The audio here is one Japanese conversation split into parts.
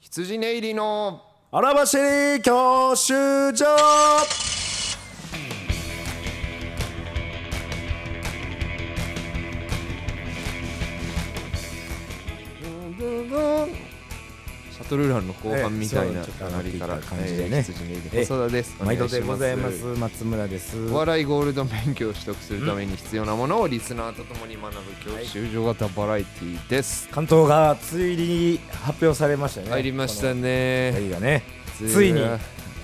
羊ネイリのあらばしり教習所シャトルランの後半みたいなええそうちょっと上がって流れいったから感じでねえー羊ネイリ細田です。お願毎いしま度すでございます。松村ですお笑いゴールド免許を取得するために必要なものをリスナーと共に学ぶ教習所型バラエティーです。関東がついに発表されましたね入りましこたのね。二人がねつついいにに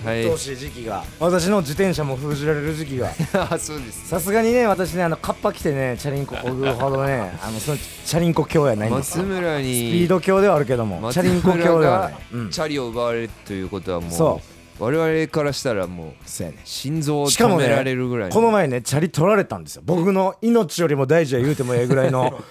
はい鬱陶。しい時期が私の自転車も封じられる時期があ そうです。 さすがにね私ねあのカッパ着てねチャリ ンコこぐほどねあのそのチャリンコ強やないんです松よ村にスピード強ではあるけどもチャリンコ強ではない、松う村がんチャリを奪われるということはもそう我々からしたらもうそうやね心臓をしか止もめねられるぐらいこの前ねチャリ取られたんですよ僕の命よりも大事や言うてもええぐら いの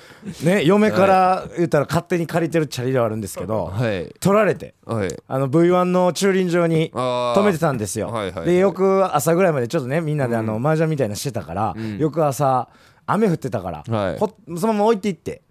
ね嫁から言ったら勝手に借りてるチャリではあるんですけど、はい取られてはいあの V1 の駐輪場にあー止めてたんですよ、はいはいはいでよく朝ぐらいまでちょっとねみんなであの、麻雀みたいなのしてたから、翌朝雨降ってたから、はいほそのまま置いていって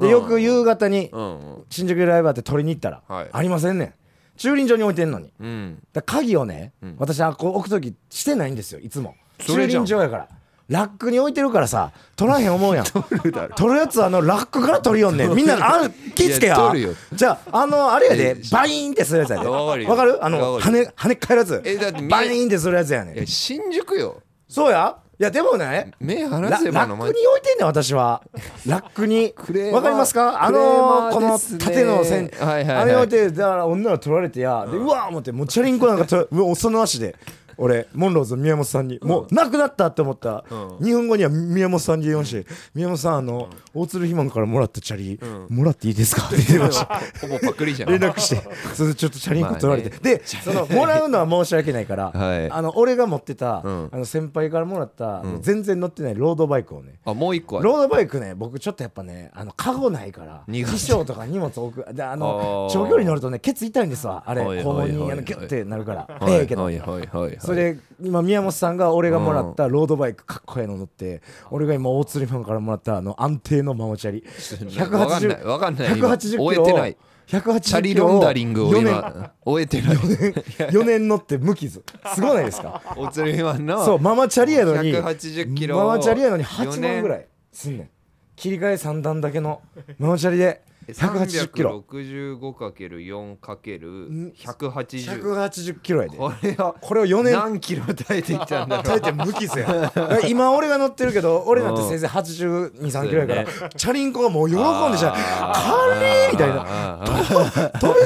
でよく夕方にうんうん新宿でライブあって取りに行ったら、はいありませんねん駐輪場に置いてんのにうんだから鍵をね、私あこう置く時してないんですよいつもそれ駐じゃん輪場やからラックに置いてるからさ取らへん思 うやん取るやつあのラックから取りよんねんみんなあ気ぃつけいやや取るよじゃああのあれやでえバイーンってするやつやでわかるよあのわか跳ね跳ね返るやつえだってみバイーンってするやつやねいやん新宿よそうやいやでもね目ララ離ックせにばの置いてんねん私はラックにレーマーわかりますかあのークこレーマーのですね縦の線はいはいはいあれ置いてだから女は取られてやでうわー思ってもうチャリンコなんかと うわその足で俺モンローズの宮本さんにもうなくなったって思った2分後には宮本さんに言いまして宮本さんあの大鶴ひまんからもらったチャリもらっていいですかって言っ てましたほぼパクリじゃん連絡してそれでちょっとチャリンコ取られて、まあでそのもらうのは申し訳ないから、はいあの俺が持ってた、んあの先輩からもらった、全然乗ってないロードバイクをねあもう一個あるロードバイクね僕ちょっとやっぱねあのカゴないから苦衣手装とか荷物置くであの あー長距離乗るとねケツ痛いんですわあれおいおい肛門においおいあのギュッてなるからはいええけどはいはいはいそはいれで今宮本さんが俺がもらったロードバイクかっこええの乗って俺が今大鶴ファンからもらったあの安定のママチャリ わかんない180わかんない今180キロ終えてない180チャリキロロンダリングを4年今終えてない4年乗って無傷すごないですかおつりマンのそうママチャリやのに180キロママチャリやのに8四万年ぐらいすんねん切り替え3段だけのママチャリで180キロ 365×4×180 180キロやでこれはこれを4年何キロ耐えてきたんだろ耐うえて無傷や 今俺が乗ってるけど俺なんて先生8 2 3キロやから、チャリンコがもう喜んでしゃ「カレー!」みたいなああ「飛べ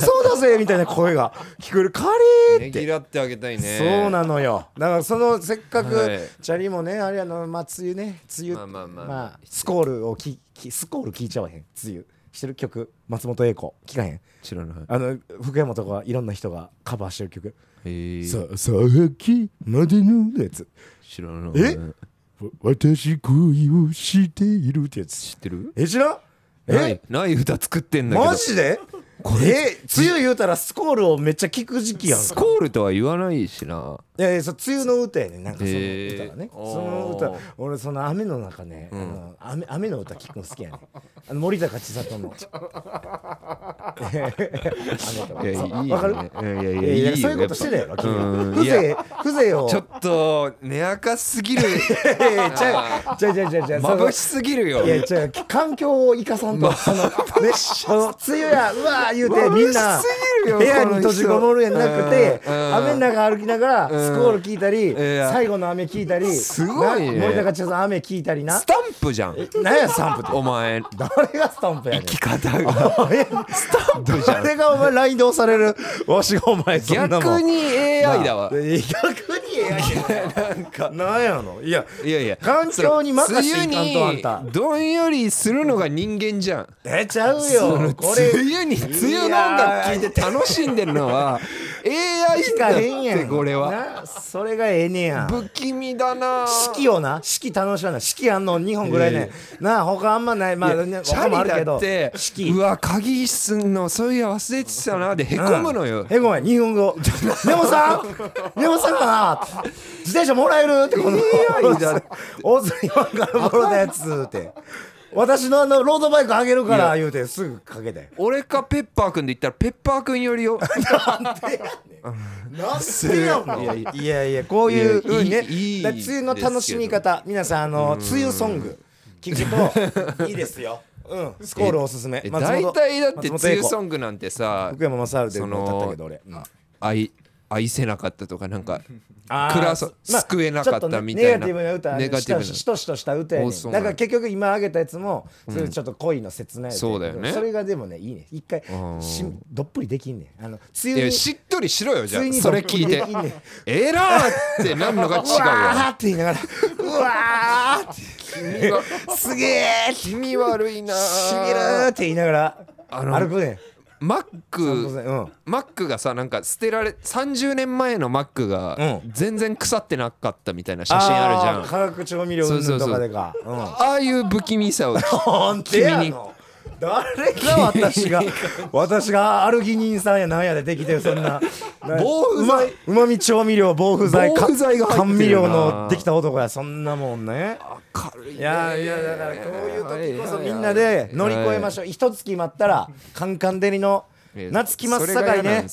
そうだぜ!」みたいな声が聞こえる「カレー!」ねぎらってあげたいねそうなのよだからそのせっかく、はいチャリもねあれやのまあ梅雨ね梅雨まあまあまあスコールをききスコール聞いちゃわへん梅雨してる曲松本英子聞かへん知らないあの福山とかいろんな人がカバーしてる曲えー「ささっきまでのやつ知らないえわ私恋をしている」ってやつ知ってるえ知らんないえない歌作ってんだけどマジでえ梅雨言うたらスコールをめっちゃ聞く時期やんかスコールとは言わないしないやいやそう梅雨の歌やねなんかそのへー歌がね、あーその歌俺その雨の中ね、あの雨雨の歌聞くの好きやねあの森高千里のいやいいよ雨とかそうねわかうるんいやいやいやいやいいよそういうことしてたやろ君うん い風情風情をちょっと寝やかすぎる いやいやちゃうちゃうちゃうちゃうちゃうその眩しすぎるよいや違う環境を生かさんと、そのねその梅雨やうわー言うて眩みんなしすぎるよ部屋こにの人閉じこもるんやなくてうんうん雨の中歩きながらんスコール聞いたりいや最後の雨聞いたりすごいねな森高千里の雨聞いたりなスタンプじゃん何やスタンプってお前誰がスタンプやねん生き方がスタンプじゃん誰がお前ライン動されるわしがお前そんなも逆んに AI だわいや逆に AI だ なんか何やのいやいやいや環境に任せていかんとあん梅た雨にどんよりするのが人間じゃんえちゃうよこれ梅雨に梅雨の音楽聴いて楽しんでるのは AI しだかっへんやてんこれはなそれがええねやん不気味だな四季をな四季楽しまない四季あんの2本ぐらいね、なあ他あんまないまあねチ他もあるャけリだっどて四季うわ鍵すんのそういや忘れてたなでへこむのよえごめん2分 後「根本さん根本さんかな?」自転車もらえるってこの AI だって大津今からもろたやつって私のあのロードバイクあげるから言うてすぐかけて俺かペッパーくんで言ったらペッパーくんよりよなんでやんいやいやいやいやこういうふうにねだかいいいいら梅雨の楽しみ方皆さんあの梅雨ソング聞 くといいですようんスコールおすすめえ松本大体だって梅松本英雨子ソングなんてさ福山雅治でその歌ったけど俺うん愛愛せなかったとかなんかあー暮らそまあ救えなかったみたいなちょっとねネガティブな歌ネガティブなししとしとした歌やねおんそうだなんから結局今あげたやつもそれちょっと恋の切ないやつやけどそうだよねそれがでもねいいね一回うんしどっぷりできんねんあの梅い雨やにしっとりしろよじゃあ梅雨にそれ聞いてどっぷりできんねん「えら!」ってなんのが違ううわーわって言いながらうわーって君がすげえし気味悪いなびるーって言いながらあの歩くねんマッ散歩せんクうんマックがさなんか捨てられ30年前のマックがうん全然腐ってなかったみたいな写真あるじゃんー化学調味料そうそうそうとかでかうんああいう不気味さをなんでやの誰が私が私がアルギニンさんやなんやでできてるそんな防腐剤うまうまみ調味料防腐剤防腐剤が入ってるな甘味料のできた男やそんなもんね軽いいやいやだからこういう時こそみんなで乗り越えましょょう一月待ったらカンカン照りの夏来ますさかいね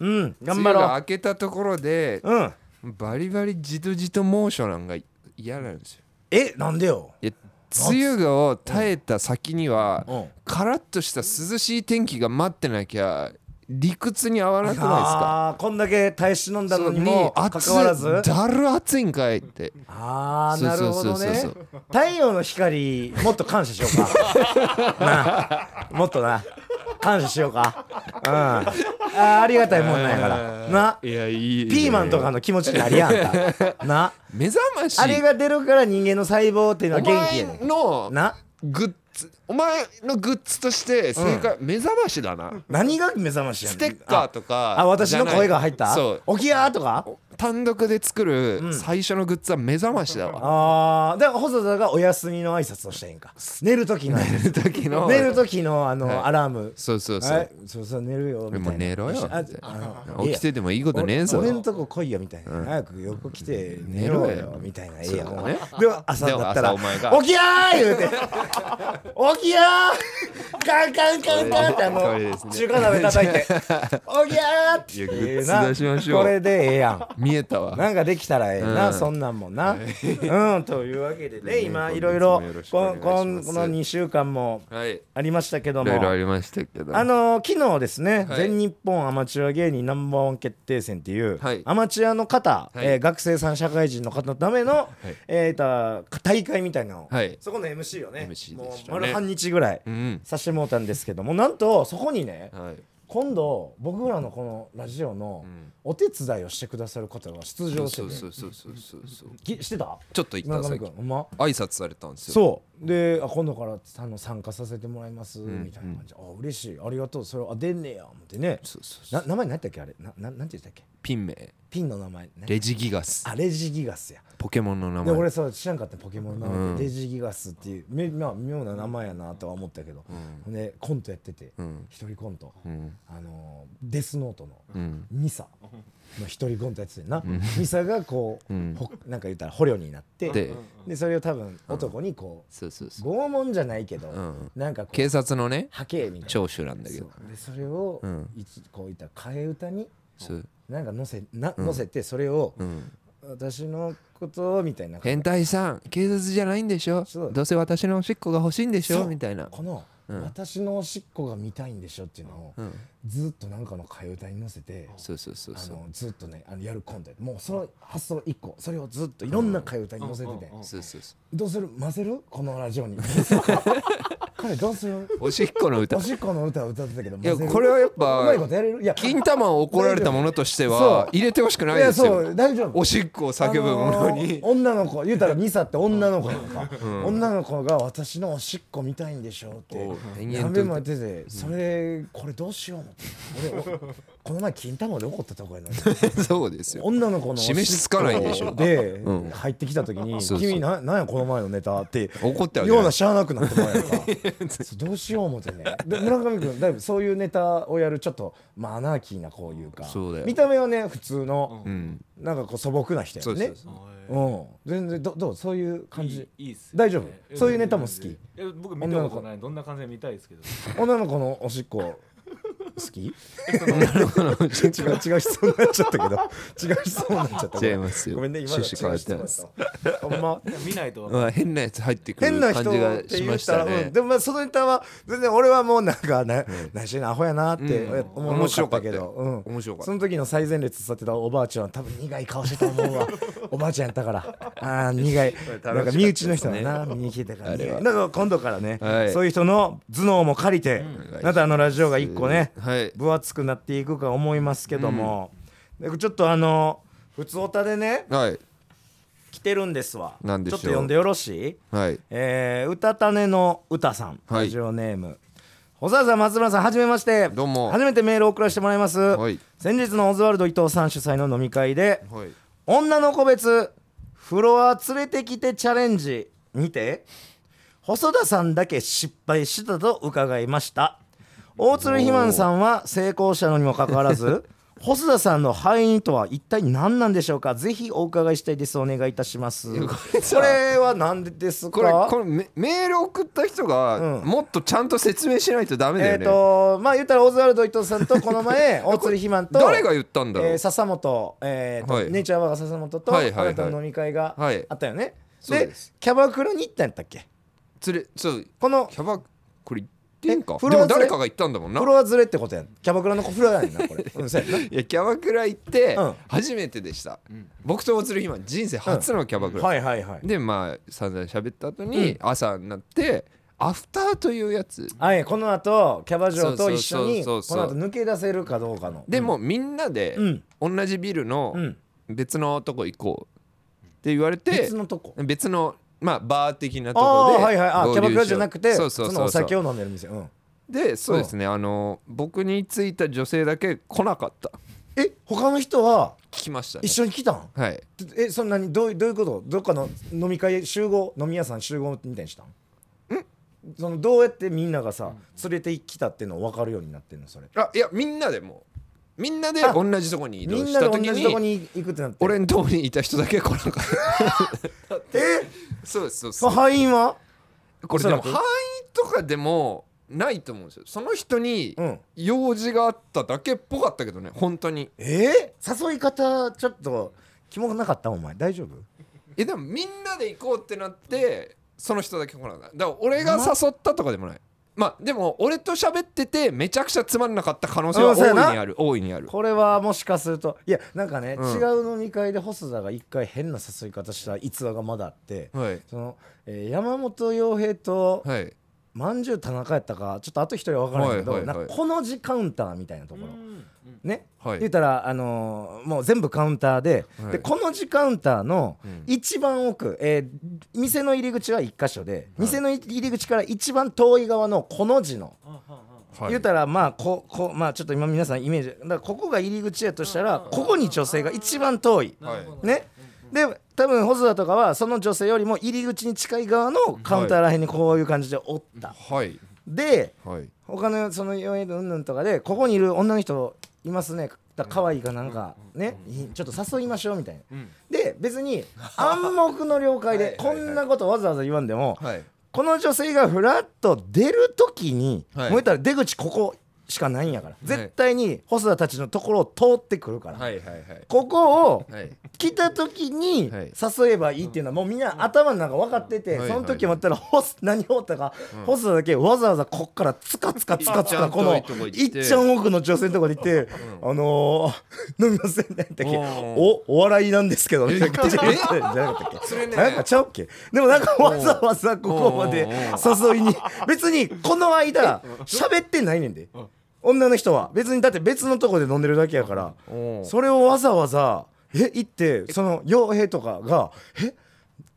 うん梅雨頑張がろ明けたところでううんバリバリじとじとモーションが嫌なんですよえなんでよいや梅雨を耐えた先にはうんカラッとした涼しい天気が待ってなきゃ理屈に合わなくないですかあーこんだけ耐え忍んだのにももうか暑かわらずいだる暑いんかいってあーそうなそるうそほうどそうね太陽の光もっと感謝しよう かなあもっとな感謝しようかうんあーありがたいもんなんやからないやいいピーマンとかの気持ちになりやん かな目覚ましあれが出るから人間の細胞っていうのはお元気や前ねんのなグッズお前のグッズとして正解、目覚ましだな何が目覚ましやねスんテッカーとかああ私のじゃない声が入ったそう起きやーとか単独で作る最初のグッズは目覚ましだわ、ああだから細田がお休みの挨拶をしたいんか寝る時の挨拶寝る時の寝る時のあはいのアラームそうそうそう、はいそうそう寝るよみたいなもう寝ろよあみたいなあの起きててもいいことねえぞ俺俺んとこ来いよみたいな、早く横来て寝ろ寝ろよよみたいなええや、そうんねでも朝だっでたらも朝お前が起きやー!」言うて「起きやー!」カンカンカンカンってあのこれですね中華鍋叩いて「起きやー!」っていやグえッえズな出しましょうこれでええやん見えたわ なんかできたらええな、うんそんなんもんな。うん、というわけで ね、今ねいろいろ今月もよろしくお願こいしんますこんこの2週間もはいいありましたけどもろい、ろありましたけどあのー昨日ですね、はい全日本アマチュア芸人ナンバーワン決定戦っていう、はいアマチュアの方、はいえー学生さん社会人の方のための、いえーと大会みたいなのを、はいそこの MC を MC ねでしたねもう丸半日ぐらいうんさしてもうたんですけどもなんとそこにねはい今度僕らのこのラジオのお手伝いをしてくださる方が出場してそうてそうそうそうそうそうきしてたちょっと行った村さっ上き君ほんま挨拶されたんですよそうであ今度からあの参加させてもらいますみたいな感じ、あ嬉しいありがとうそれあ出んねや思ってねそうそうそうな名前何やったっけあれなななんて言ったっけピン名ピンの名前ねレジギガスあレジギガスやポケモンの名で前俺さ知らんかったポケモンの名前で、レジギガスっていうめ、まあ、妙な名前やなとは思ったけど、でコントやっててん一、人コント、んあのーデスノートの、うんミサの一人コントやっててんな、ミサがこう、ほなんか言ったら捕虜になってででそれを多分男にこう、そうそうそう拷問じゃないけど、んなんかこ警う察のね波形みたいな聴取なんだけどそうでそれを、んいつこういった替え歌にそうなんか載せな載せてそれを、ん私のことみたいな変態さん警察じゃないんでしょそうどうせ私のおしっこが欲しいんでしそょうみたいなこの、私のおしっこが見たいんでしょ」っていうのを、ずっとなんかの替え歌に載せて。そうそうそうあそうのずっとねあのやるコントやもうその発想1個それをずっといろんな替え歌に載せてて、そうそうそどうする混ぜるこのラジ オに彼どうするうおしっこの歌おいしっこの歌を歌ってたけどや混ぜるこれはやっうまいこぱとやれるいや金玉を怒られたものとしてはそう入れてほしくないいでやすそよう大丈夫おしっこを叫ぶものあにー女の子言うたらミサって女の子やんか、女の子が私のおしっこ見たいんでしょうっておう延々と何べもやっててそれこれどうしよう俺おこの前金玉で怒ったとこやのにそうですよ女の子のおしっこ示しつかないんでしょで、入ってきた時に「そうそう君ななんやこの前のネタ」って怒ってはねようなしゃあなくなってもらえるか そうどうしよう思ってねで村上君だいぶそういうネタをやるちょっとまあアナーキーなこういうかそうだよ見た目はね普通の、うんなんかこう素朴な人そやうねそうそううん全然どどうそういう感じいいいいっすよ大丈夫えそういうネタも好きえ僕見たことないどんな感じで見たいですけど女の子のおしっこ好き 違う違う質問になっちゃったけど違う質問になっちゃった違いますよごめんね今の趣旨変えてますほんま見ないとわかんまあ変なやつ入ってくる変な感人じっがてし言まっしたらたうんねでもまあそのネタは全然俺はもうなんかな何してんのアホやなってうん思面白かったけど面白かったうん面白かったその時の最前列座ってたおばあちゃんは多分苦い顔してた 思うわおばあちゃんやったからああ苦い楽しかったなんか身内の人だな見に来てたからあれ苦はいだから今度からねはいそういう人の頭脳も借りてまたあのラジオが一個ねはい分厚くなっていくか思いますけどもでちょっとあの普通おたでねはい来てるんですわちょ何っでしとょう呼んでよろしいはいえー、うたたねのうたさん、はいラジオネーム細田さん松村さんはじめましてどうも初めてメールを送らせてもらいます、はい先日のオズワルド伊藤さん主催の飲み会ではい女の個別フロア連れてきてチャレンジにて細田さんだけ失敗したと伺いました大鶴ひまんさんは成功者のにもかかわ らず細田さんの敗因とは一体何なんでしょうかぜひお伺いしたいですお願いいたしますいやここれされは何でですかこれこれメメール送った人がうんもっとちゃんと説明しないとダメだえよっ、ね、とまあ言ったらオズワルド伊藤さんとこ の前大鶴ひまんと誰が言ったんだろう、えー笹本、えーとはいネイチャーバーガー笹本と、はいはいはいあなたの飲み会がはいあったよね、そうですキャバクラに行ったんやったっけ連れそうこのキャバこれ言ってんかえでフロアも連れ誰かが言ったんだもんなフロアずれってことやんキャバクラのフロアやんなこ れ、うん、そうやんないやキャバクラ行ってうん初めてでした、僕と大鶴ひま人生初のキャバクラ、はいはいはいでまあ散々喋った後に朝になってアフターというやつはいこの後キャバ嬢と一緒にそうそうそうそうこの後抜け出せるかどうかのでもうみんなでうん同じビルのうん別のとこ行こうって言われて別のとこ別のまあバー的なとこああではいはいあ合流キャバクラじゃなくてしようそうそうそうそのお酒を飲んでる店うんでそうですねあの僕についた女性だけ来なかったえ他の人は聞きましたね一緒に来たんはいえそんなにどうどういうことどっかの飲み会集合飲み屋さん集合みたいにしたんそのどうやってみんながさ連れてきたっていうの分かるようになってんのそれあいやみんなでもうみんなであ同じとこに移動みんしなたで同時じとこにに行くってなって俺のとこにいた人だけ来なかった えそうですそうですその敗因はこれでおもそ範ら囲くとかでもないと思うんですよその人にうん用事があっただけっぽかったけどね本当にえー、誘い方ちょっとキモくなかったお前大丈夫えでもみんなで行こうってなってその人だけ来なかっただから俺が誘ったとかでもないまあでも俺と喋っててめちゃくちゃつまんなかった可能性うはんそうやな大いにある大いにあるこれはもしかするといやなんかね、うん違う飲み会で細田が一回変な誘い方した逸話がまだあって、はいその、えー山本洋平とはいまんじゅう田中やったかちょっとあと一人は分からないけど、はいはいはいなんかこの字カウンターみたいなところ、ね、はい言ったら、あのーもう全部カウンターで,、はいでこの字カウンターのうん一番奥、えー店の入り口は1箇所で、店の入り口から一番遠い側のこの字の、はい言ったらまあここまあちょっと今皆さんイメージだからここが入り口やとしたらここに女性が一番遠い。はいね、で多分細田とかはその女性よりも入り口に近い側のカウンターらへんにこういう感じでおった、はいではい他のその4円うんぬんとかでここにいる女の人いますねだ可愛いかなんかね、いいちょっと誘いましょうみたいな、で別に暗黙の了は解でいはいこはいんなことわざわざ言わんでも、はいこの女性がフラッと出る時に、はいもう言ったら出口ここしかないんやから、い絶対に細田たちのところを通ってくるから、はいはいはいここをはい来た時にはい誘えばいいっていうのはもうみんな頭の中分かってて、はいその時もやったらホス 何をったか、ホストだけわざわざこっからつかつかつかつかこのいっちゃん遠いとこ行っていっちゃん奥の女性のとこに行って「あのー、飲みませんね」ってうんおお笑いなんですけど」みたいな感じ で言ってるんじゃなかったっそれねけなんかちゃうっけでもなんかわざわざここまで誘いに別にこの間喋ってないねんで女の人は別にだって別のとこで飲んでるだけやから。おーそれをわざわざえ行ってその傭兵とかが「え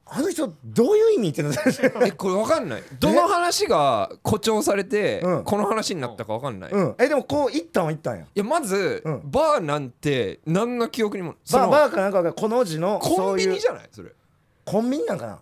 あの人どういう意味?」ってなって 「えこれわかんないどの話が誇張されてうんこの話になったかわかんない、ういん、えでもこう行ったんは行ったんややまず、うんバーなんて何の記憶にもそバのーバーかなんかがこの字のコンビニじゃゃないそれコンビニなんかな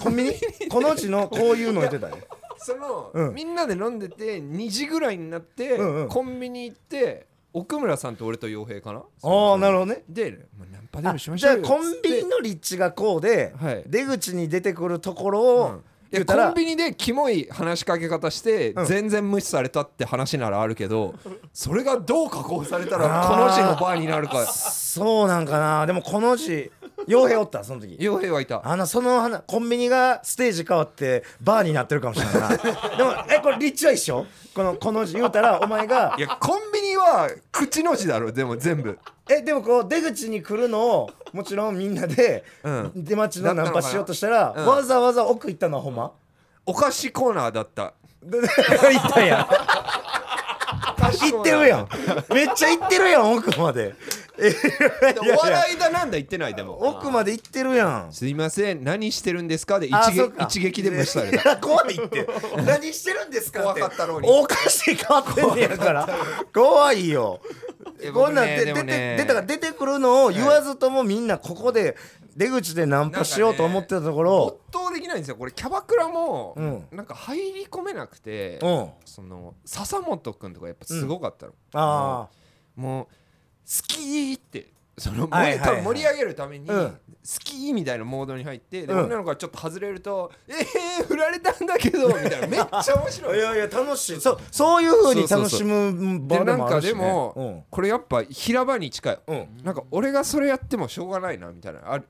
コンビニこの字のこういうの言ってたよその、うんみんなで飲んでて2時ぐらいになって、うんうんコンビニ行って奥村さんと俺と洋平かなああなるるほどねで、まあ、ナンパであもしましじょうゃよあコンビニの立地がこうで、はい出口に出てくるところうを、んい言やったコンらビニでキモい話しかけ方してうん全然無視されたって話ならあるけどそれがどう加工されたらあーこの字のバーになるかそうなんかなでもこの字傭兵おったその時洋平はいたあのその花コンビニがステージ変わってバーになってるかもしれない なでもえこれ立地は一緒このこの字言うた らお前がいやコンビニは口の字だろでも全部えでもこう出口に来るのをもちろんみんなで、うん出待ちのナンパしようとしたら、うんわざわざ奥行ったのはほん ま、お菓子コーナーだったで行ったんや行ってるやんめっちゃ行ってるやん奥までえでいやいやお笑いだなんだ言ってないでも 奥まで行ってるやんすいません何してるんですかで一あそっ撃か一撃で無視されいたや怖いって 何してるんですかって怖かったろうにおかしい変わってんねやから怖いよいやこんなん僕ねでで出もてね出たから出てくるのを言わずともみんなここで出口でナンパしようと思ってたところ没頭できないんですよこれキャバクラもうんなんか入り込めなくてうんその笹本君とかやっぱすごかったの、あもう「好き!」ってそのはいはいはい多分盛り上げるために「うん好き!」みたいなモードに入ってでうん女の子がちょっと外れると「ええー、振られたんだけど」み たいなめっちゃ面あ白いい。やいや楽しいそうそういうふうに楽しむで場でなんもあかるし、ね、でも、これやっぱ平場に近い、うんうんなんか俺がそれやってもしょうがないなみたいなある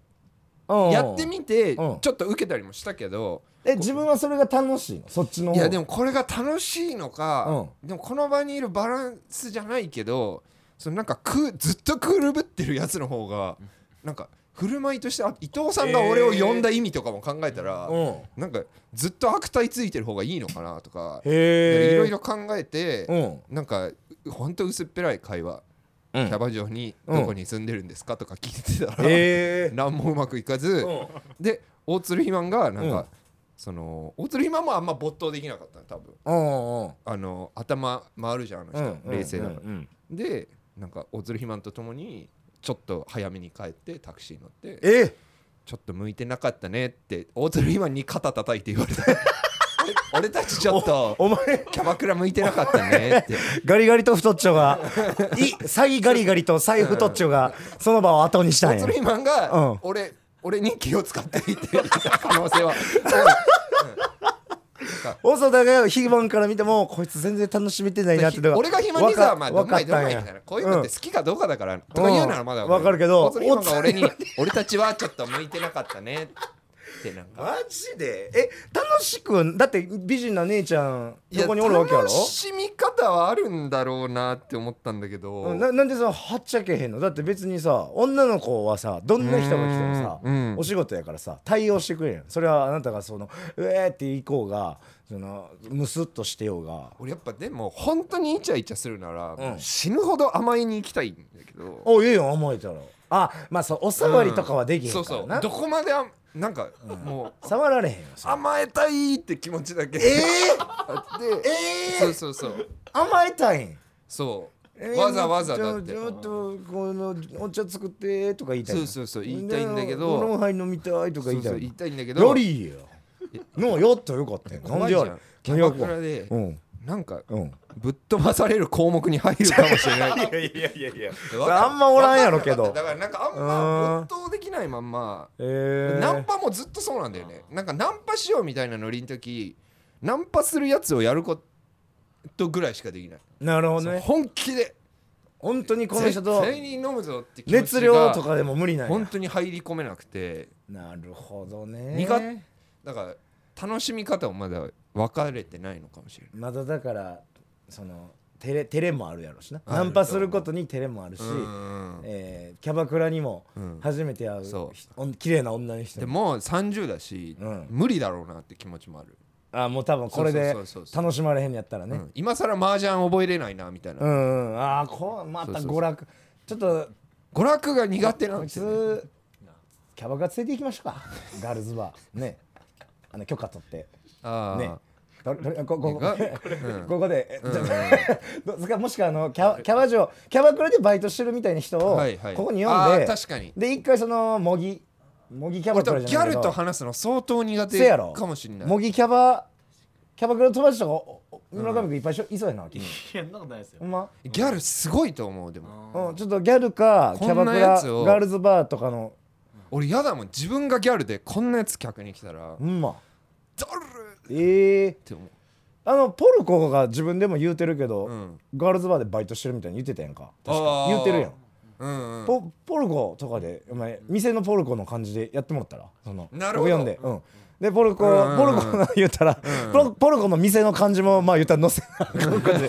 うんやってみてちうょんっと受けたりもしたけどえ自分はそれが楽しいのそっちの方いやでもこれが楽しいのか、でもこの場にいるバランスじゃないけどそのなんかくずっとくるぶってるやつの方がなんか振る舞いとしてあ伊藤さんが俺を呼んだ意味とかも考えたら、うんなんかずっと悪態ついてる方がいいのかなとかへいえろいろ考えて、うんなんかほんと薄っぺらい会話、うんキャバ嬢にうんどこに住んでるんですかとか聞いてたら、へえ何もうまくいかず、うんで大鶴肥満がなんか、うんその大鶴肥満もあんま没頭できなかったの多分うんうんあの頭回るじゃんあの人、冷静だから、うんでなんか大鶴肥満と共にちょっと早めに帰ってタクシー乗ってえちょっと向いてなかったねって大鶴肥満に肩叩いて言われ た俺俺たちちょっとお前キャバクラ向いてなかったね ってガリガリと太っちょ がい詐欺ガリガリと財布太っちょがその場を後にした大んや鶴肥満うんが俺、俺に気を使っていて言った可能 性は細田が非番から見てもこいつ全然楽しめてないなってのが俺が肥満にさ、わかまあ、どんまいどわんかまいったんやみたいな、こういうのって好きかどうかだから、とか言うならまだわかるけど大鶴肥満が俺に、俺たちはちょっと向いてなかったねって なんか。マジでえ楽しくだって美人な姉ちゃん横におるわけやろ楽しみ方はあるんだろうなって思ったんだけど、うんななんでそのはっちゃけへんのだって別にさ女の子はさどんな人が来てもさ、うんうんお仕事やからさ対応してくれるそれはあなたがその「うえー」って行こうがそのむすっとしてようが俺やっぱでも本当にイチャイチャするなら、うん死ぬほど甘えに行きたいんだけどおいいよ思えたらあまあそうお触りとかはできへんそかうそらうな、どこまであなんか、もう触られへんよそれ甘えたいって気持ちだけえあって、えーそうそうそう甘えたいん、そう、えーわざわざだっちてょちょっとこのお茶作ってとか言いたいそうそうそう言いたいんだけどこのハイ飲みたいとかそ言いうそたいのう言いたいんだけどよりいいよのやったらよかったよなんであれキャバクラでうんなんかうんぶっ飛ばされる項目に入るかもしれないいやいやいやいやわか あんまおらんやろけどわかんなかっただからなんかあんま没頭できないまんまえー、ナンパもずっとそうなんだよねなんかナンパしようみたいなノリの時ナンパするやつをやることぐらいしかできない、なるほどそのね本気で本当にこの人と全員に飲むぞって気持ちが熱量とかでも無理なんや本当に入り込めなくてなるほどね苦手だから楽しみ方もまだ分かれてないのかもしれないまだだからその照れ照れもあるやろしなあるナンパすることに照れもあるし、うんえーキャバクラにもうん初めて会うそうひおん綺麗な女の人でにもう30だし、うん無理だろうなって気持ちもある、あもう多分これそでうそうそうそう楽しまれへんやったらねうん今更麻雀覚えれないなみたいな、うんうんああこうまたそうそうそう娯楽ちょっと娯楽が苦手なんこいですよ、ね、つキャバクラ連れて行きましょうかガールズバーねあの許可取ってああ、ねどどこここが ここで、え どうですかもしくはあのキャキャバ嬢キャバクラでバイトしてるみたいな人をはいはいここにあ呼んでー確かにで一回その模擬模擬キャバ俺ク多ラ分じギゃャないけルどと話すの相当苦せ手やろかもしれない模擬キャバキャバクラの友達とかおお村上君いっぱいしょいそうやな、きっいやそんなことないですとほよんまギャルすごいと思うでもうんうん、ちょっとギャルかこキャバんなクやラつをガールズバーとかの俺嫌だもん自分がギャルでこんなやつ客に来たらっうんまドルええて思うあのポルコが自分でも言うてるけど、うんガールズバーでバイトしてるみたいに言ってたやんか確かに言ってるやん、うんうんポポルコとかでお前店のポルコの感じでやってもらったらそのなるほど僕呼んで、うん、でポルコ、うんうんうんポルコが言ったら、ポルポルコの店の感じもまあ言ったら載せなあか んことで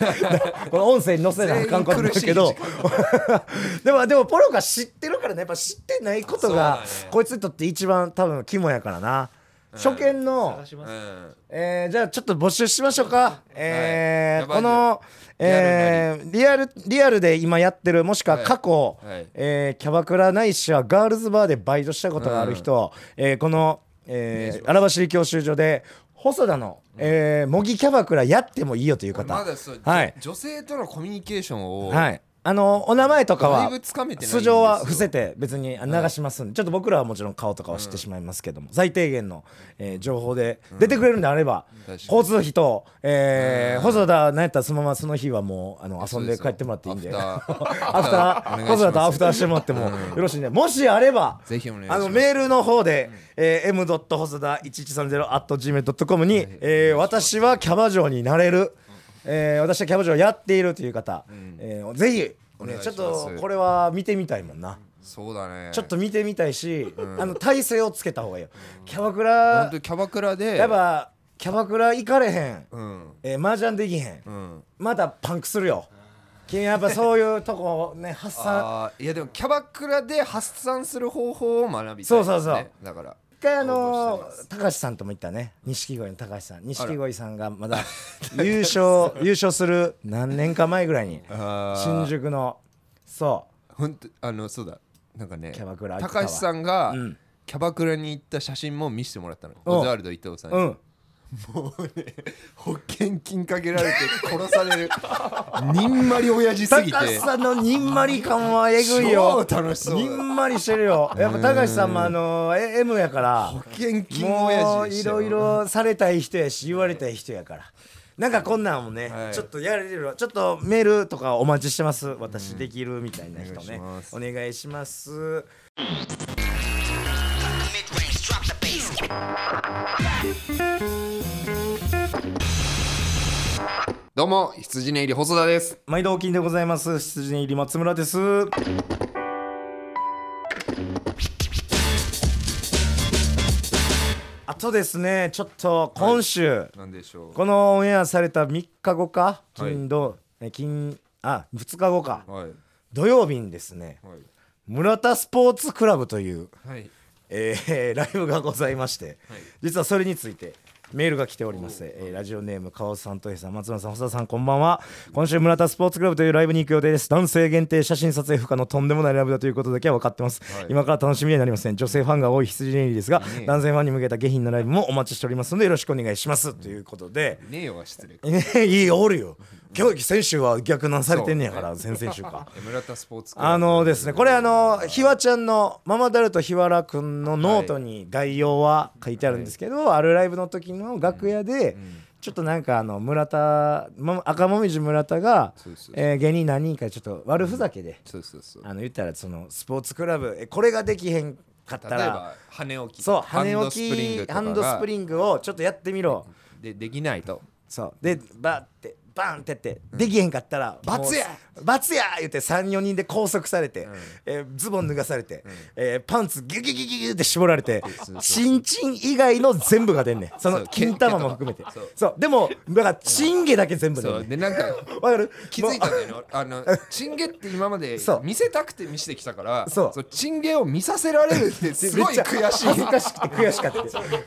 この音声に載せなあかんことだけど全員 でもでもポルコは知ってるからねやっぱ知ってないことが、そうだねこいつにとって一番多分肝やからな、初見の探しますうんえー、じゃあちょっと募集しましょうか。えーやばいこのリアえーリアルリアルで今やってるもしくははい過去、はいえーキャバクラないしはガールズバーでバイトしたことがある人、えーこの、えー、荒走り教習所で細田の、えー、模擬キャバクラやってもいいよという俺方、まだそうはい女女性とのコミュニケーションをはい、あのお名前とかだいはぶつかめてないんですよ素性は伏せて別にあ流しますんでちょっと僕らはもちろん顔とかは知ってしまいますけども最低限のえー情報で出てくれるんであればうん交通費とえーうん細田なんやったらそのままその日はもうあの遊んで帰ってもらっていいんで アアフフタターお願ーいします細田とアフターしてもらってもよろしいんでもしあればぜひお願いしまあすのメールの方で、えー、m. 細田1130 at gmail.com に、えー私はキャバ嬢になれる、えー私はキャバ嬢をやっているという方、えーぜひ、ねお願いしちまょっすとこれは見てみたいもんな、そうだねちょっと見てみたいし、あの体勢をつけた方がいいよ、キャバクラ本当にキャバクラでやっぱキャバクラ行かれへん、うんえー、麻雀できへん、うんまたパンクするよ君やっぱそういうとこね発散あーいやでもキャバクラで発散する方法を学びたいですそうそうそうねだから一回あの応募してます高橋さんとも言ったね錦鯉の高橋さん錦鯉さんが まだ優勝優勝する何年か前ぐらいにあー新宿のそ本当あのそうだなんかねキャバクラ高橋さんが、うんキャバクラに行った写真も見せてもらったのおオズワルド伊藤さんうに、うんもうね保険金かけられて 殺されるにんまり親父す高ぎて橋さんのにんまり感はえぐいよ超楽しそうだにんまりしてるよやっぱ高橋さんもあのえ M やから保険金も親父うでいしたよろいろされたい人やし言われたい人やからなんかこんなんもね、はいちょっとやれるわちょっとメールとかお待ちしてます私できるみたいな人ね、おお願いしますどうも羊ね入り細田です毎度お金でございます羊入り松村ですあとですねちょっと今週、なんでしょうこのオンエアされた3日後かはい金土、え金あ2日後かはい土曜日にですねはい村田スポーツクラブという、はいえー ライブがございまして、実はそれについてメールが来ております、えーラジオネームカオスさんとへさん松村さん細田さんこんばんは今週村田スポーツクラブというライブに行く予定です男性限定写真撮影不可のとんでもないライブだということだけは分かってます、はい今から楽しみになりますね女性ファンが多い羊ネイリですがえ男性ファンに向けた下品なライブもお待ちしておりますのでよろしくお願いします、ということで、ねえよが失礼かえいいよおるよ今日先週は逆難されてんねやから、先々週かえ村田スポーツクラブあのですねこれあのひわちゃんのママダルとひわらくんのノートに概要は書いてあるんですけど、あるライブの時の楽屋で、ちょっとなんかあの村田ま赤もみじ村田がそうそうそうえー芸人何人かちょっと悪ふざけで、そうそうそうあの言ったらそのスポーツクラブえこれができへんかった例えらば羽置きそうハ羽ン根ド置スプリングきとハかンドスがプリングをちょっとやってみろでできないとそうでバーってバーンってやってできへんかったら「罰や罰や!」言って34人で拘束されて、えーズボン脱がされて、えーパンツギュギュギュギュギュって絞られてそうそうチンチン以外の全部が出んねんそそのう毛金玉も含めて毛とかそうそうでもだからチン毛だけ全部出そんうねんでなんかわかる気づいたんもうだよねあのチンゲって今までそう見せたくて見せてきたからそうチンゲを見させられるってすごい めっちゃ悔しい恥ずかしくて悔し かった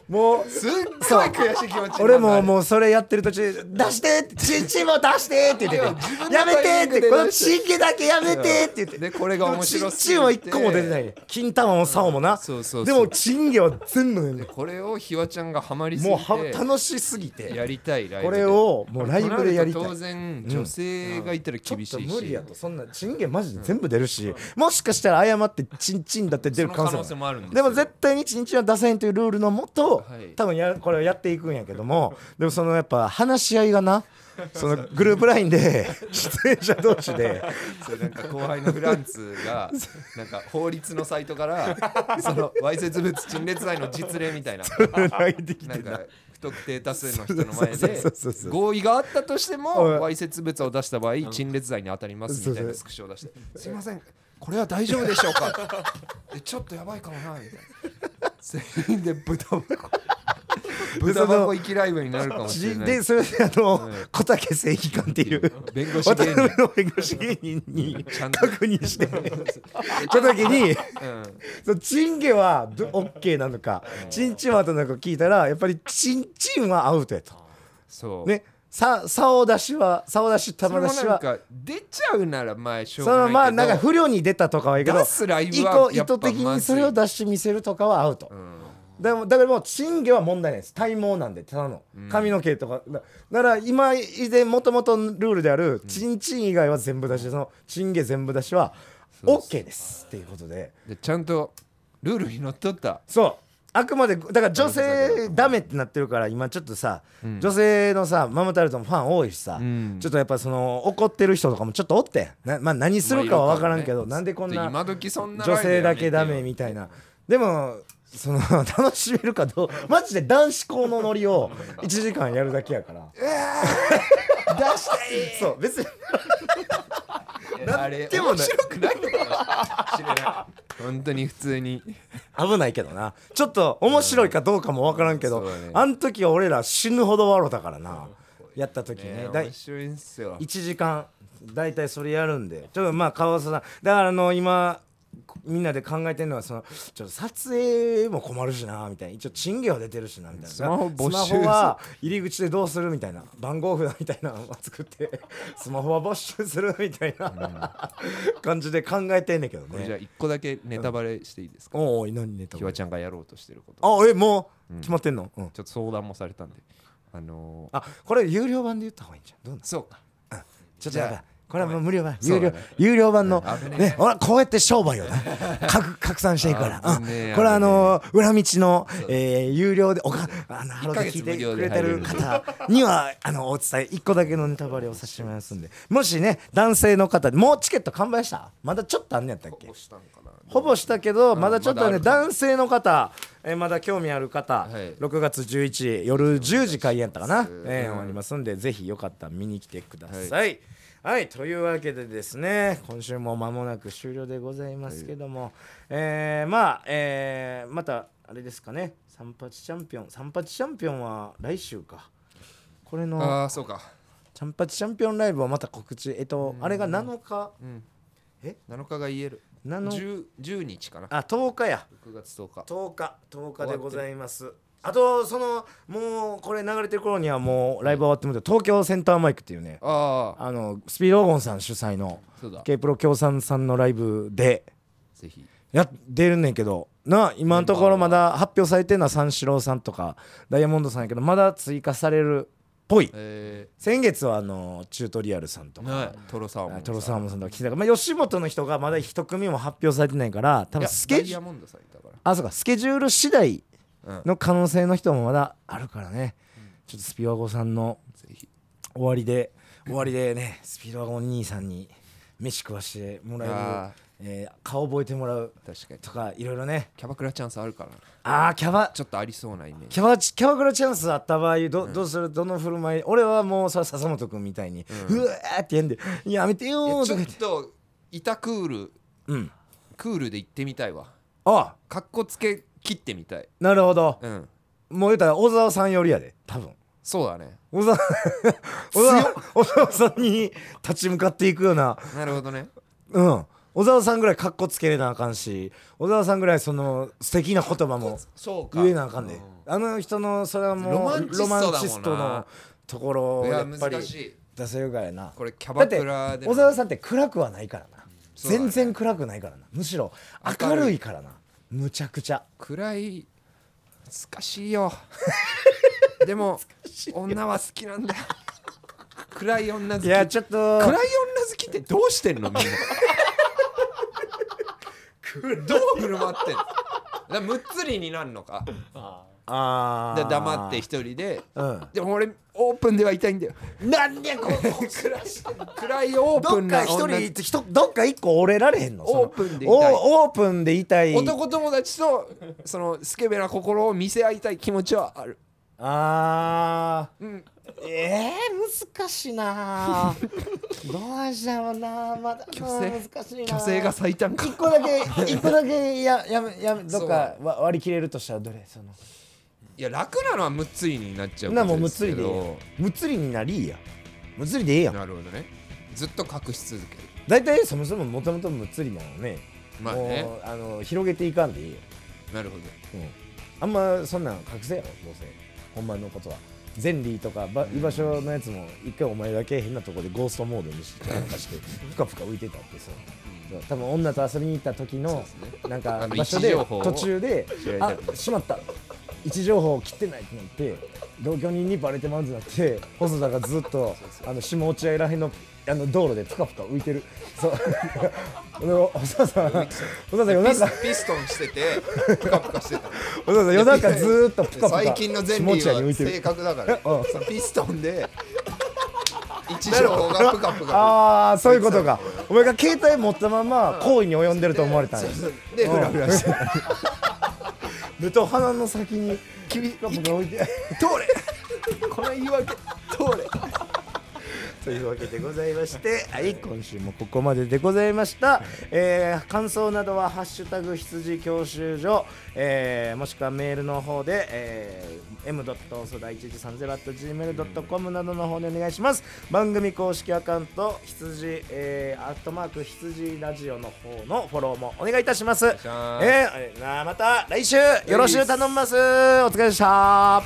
もうすっごい悔しい気持ちになる俺ももうそれやってる途中で「出して!」って「チンチしも出してって言って自分のて、やめタイミンてグでって、このチンゲだけやめてって言って。でこれが面白すぎてチンは一個も出てない。金玉もサオもな。そうそうそうでもチンゲは全部出てるこれをひわちゃんがハマりすぎもうては楽しすぎて。やりたいライブこでれをもうライブでやりたいとなると当然女性がいたら厳しいし、ちょっと無理やとそんなチンゲマジで全部出るし、もしかしたら誤ってチンチンだって出る可能性もその可能性もあるんですよでも絶対にチンチンは出せんというルールのもと、はい多分やこれをやっていくんやけどもでもそのやっぱ話し合いがなそのグループラインで出演者同士でそうなんか後輩のフランツがなんか法律のサイトからそのわいせつ物陳列愛の実例みたいな泣いてきなてんなか不特定多数の人の前でそうそうそうそう合意があったとしてもうんわいせつ物を出した場合陳列罪に当たりますみたいそうなそうスクショを出して「すいませんこれは大丈夫でしょうか? 」 えちょっとやばいかもな」みたいな全員で豚箱豚箱行きライブになるかもしれないでそれであの、うん小竹正義官っていう弁護士渡芸人辺の弁護士芸人にちゃんと確認して小竹に。うんそうチンゲはどオッケーなのか、チンチンはとなんか聞いたらやっぱりチンチンはアウトやと。そうね、さ竿出しは竿出しそれ玉も出しなんは。か出ちゃうならまあしょうそのまがあなないんけかど不良に出たとかはいいけど出すライブは意図的にそれを出して見せるとかはアウト、んでもだからもう賃金は問題ないです体毛なんでただの髪の毛とかだだから今以前もともとルールであるチンチン以外は全部出しでそのチンゲ全部出しは OK ですっていうことででちゃんとルールにのっとったそうあくまでだから女性ダメってなってるから今ちょっとさ、女性のさママタルトのファン多いしさ、んちょっとやっぱその怒ってる人とかもちょっとおってんな、まあ、何するかは分からんけど、まあなんでこんでな今時そんな女性だけダメみみたいなでもその 楽しめるかどうマジで男子校のノリを1時間やるだけやから出したい そう別にあれでも面ね白くないのかもしれない本当に普通に危ないけどなちょっと面白いかどうかも分からんけど、うんそうだねあん時は俺ら死ぬほど笑うたからな、やった時ねねだい面白いんすよ1時間大体それやるんでちょっとまあ川瀬さんだからあの今みんなで考えてるのはそのちょっと撮影も困るしなみたいな一応賃金は出てるしなみたいなスマホ没収スマホは入り口でどうするみたいな番号札みたいなのを 作ってスマホは没収するみたいな、感じで考えてんねんけどこれじゃあね一個だけネタバレしていいですかおお何ネタひわちゃんがやろうとしてることあえもう決まってんの、うんちょっと相談もされたんであのーあこれ有料版で言った方がいいんじゃんどうなんそうかちょっとじゃあやばいこれはもう無料版そ有うだ料ね有料版のうん危ねえねほらこうやって商売を な拡拡散していくからあうん危ねえこれはあのー裏道のえー有料でおかあのハローで聞い一ヶ月無料てくでれてる方にはあのお伝え一個だけのネタバレをさせてもらいますんでもしね男性の方もうチケット完売したまだちょっとあんねやったっけしたんかなほぼしたけど、んまだちょっとまだあね、るかも男性の方、えーまだ興味ある方、はい6月11日、夜10時開演やったかな、うんえー終わりますんで、ぜひよかったら見に来てください。はい、というわけでですね、今週も間もなく終了でございますけども、えーまあ、えーまた、あれですかね、三八チャンピオン、三八チャンピオンは来週か。これの、ああそうかチャンパチチャンピオンライブはまた告知、えっと、あれが7日、うんえ7日が言える7 10 10日かなあ、10日や。 6月10日10日10日でございますあとそのもうこれ流れてる頃にはもうライブ終わってもらって東京センターマイクっていうねあああのスピードワゴンさん主催のそうだ k プロ協賛さんのライブでぜひや出るねんけどな今のところまだ発表されてるのは三四郎さんとかダイヤモンドさんやけどまだ追加されるっぽいえ先月はあのチュートリアルさんとーかねトロサーモントロサーモンさんとか来てたから、まあ、吉本の人がまだ一組も発表されてないから多い分やスケダイジュヤールモンドさんいたからあそうかスケジュール次第うんの可能性の人もまだあるからね、ちょっとスピワゴさんのぜひ終わりで終わりでねスピワゴ兄さんに飯食わしてもらあえる、えー顔覚えてもらう確かにとかいろいろねキャバクラチャンスあるからなああキャバちょっとありそうなイメージキャバチキャバクラチャンスあった場合ど,、うどうするどの振る舞い俺はもうそれ笹本君みたいに、うわーってやんで「やめてよいー」やとちょか言っってと板クールうんクールで行ってみたいわあかっこつけ切ってみたいなるほど、うんもう言うたら小沢さんよりやで多分そうだね小 沢小沢小沢さんに立ち向かっていくようななるほど ねうん小沢さんぐらいかっこつけれなあかんし小沢さんぐらいその素敵な言葉もそうか言えなあかんで、うあの人のそれはもうロマンチストだもんなロマンチストのところをいややっぱり難しい出せるからやなこれキャだバっクてラで小沢さんって暗くはないからな、そうだね全然暗くないからなむしろ明るいからなむちゃくちゃ暗い難しい よでも女は好きなんだ 暗い女好きいやちょっと暗い女好きってどうしてんのみんなどう振る舞ってんのだからむっつりになんのかああでー黙って一人でうんでも俺オープンではいたいんだよなんでこう暗いオープどンっなか一女人ひとどっか一個折れられへんのそのオープンでいたいおオープンでいたい男友達とそのスケベな心を見せ合いたい気持ちはあるあーうんえー、難しい なーどうしようなーまだ虚勢うん難しいなー虚勢が最短か一個だけ 一個だけややめやめどっかわ割り切れるとしたらどれそのいや楽なのはむっつりになっちゃうなもうこむとっつすりけでいいやどむっつりになりいいやむっつりでいいやんなるほどねずっと隠し続ける大体そもそももともとむっつりなのねまあねもうあの広げていかんでいいよ、なるほどうん、あんまそんなん隠せやろどうせ本番のことはゼンリーとかば居場所のやつも一回お前だけ変なとこでゴーストモードにしてなんかしてふかふか浮いてたってさ多分女と遊びに行った時そうのですねなんかあの場所位で置情報を途中で「あしまった」位置情報を切ってないってなって同居人にバレてまうってなって細田がずっとあの下落合らへんのあの道路でぷかぷか浮いてる そうでも細田さん細田さん夜ピ中スピストンして てプカプカしてた細田さん夜中ずーっとぷかぷか最近の前例下は落合に浮いて正る確だからうんそのピストン で一情報がプカプカああそういうことかお前が携帯持ったまま行為に及んでると思われたんやでフラフラして目と鼻の先に君ぷかぷか浮いて通れこの言い訳通れというわけでございまして、はい、今週もここまででございました、えー感想などは「ハッシュタグ羊教習所」えーもしくはメールの方で、えー、m. 細田 1130.gmail.com などの方でお願いします番組公式アカウント羊、えー、アットマーク羊ラジオの方のフォローもお願いいたしますしますえーなまた来週よろしゅう頼みますお疲れでした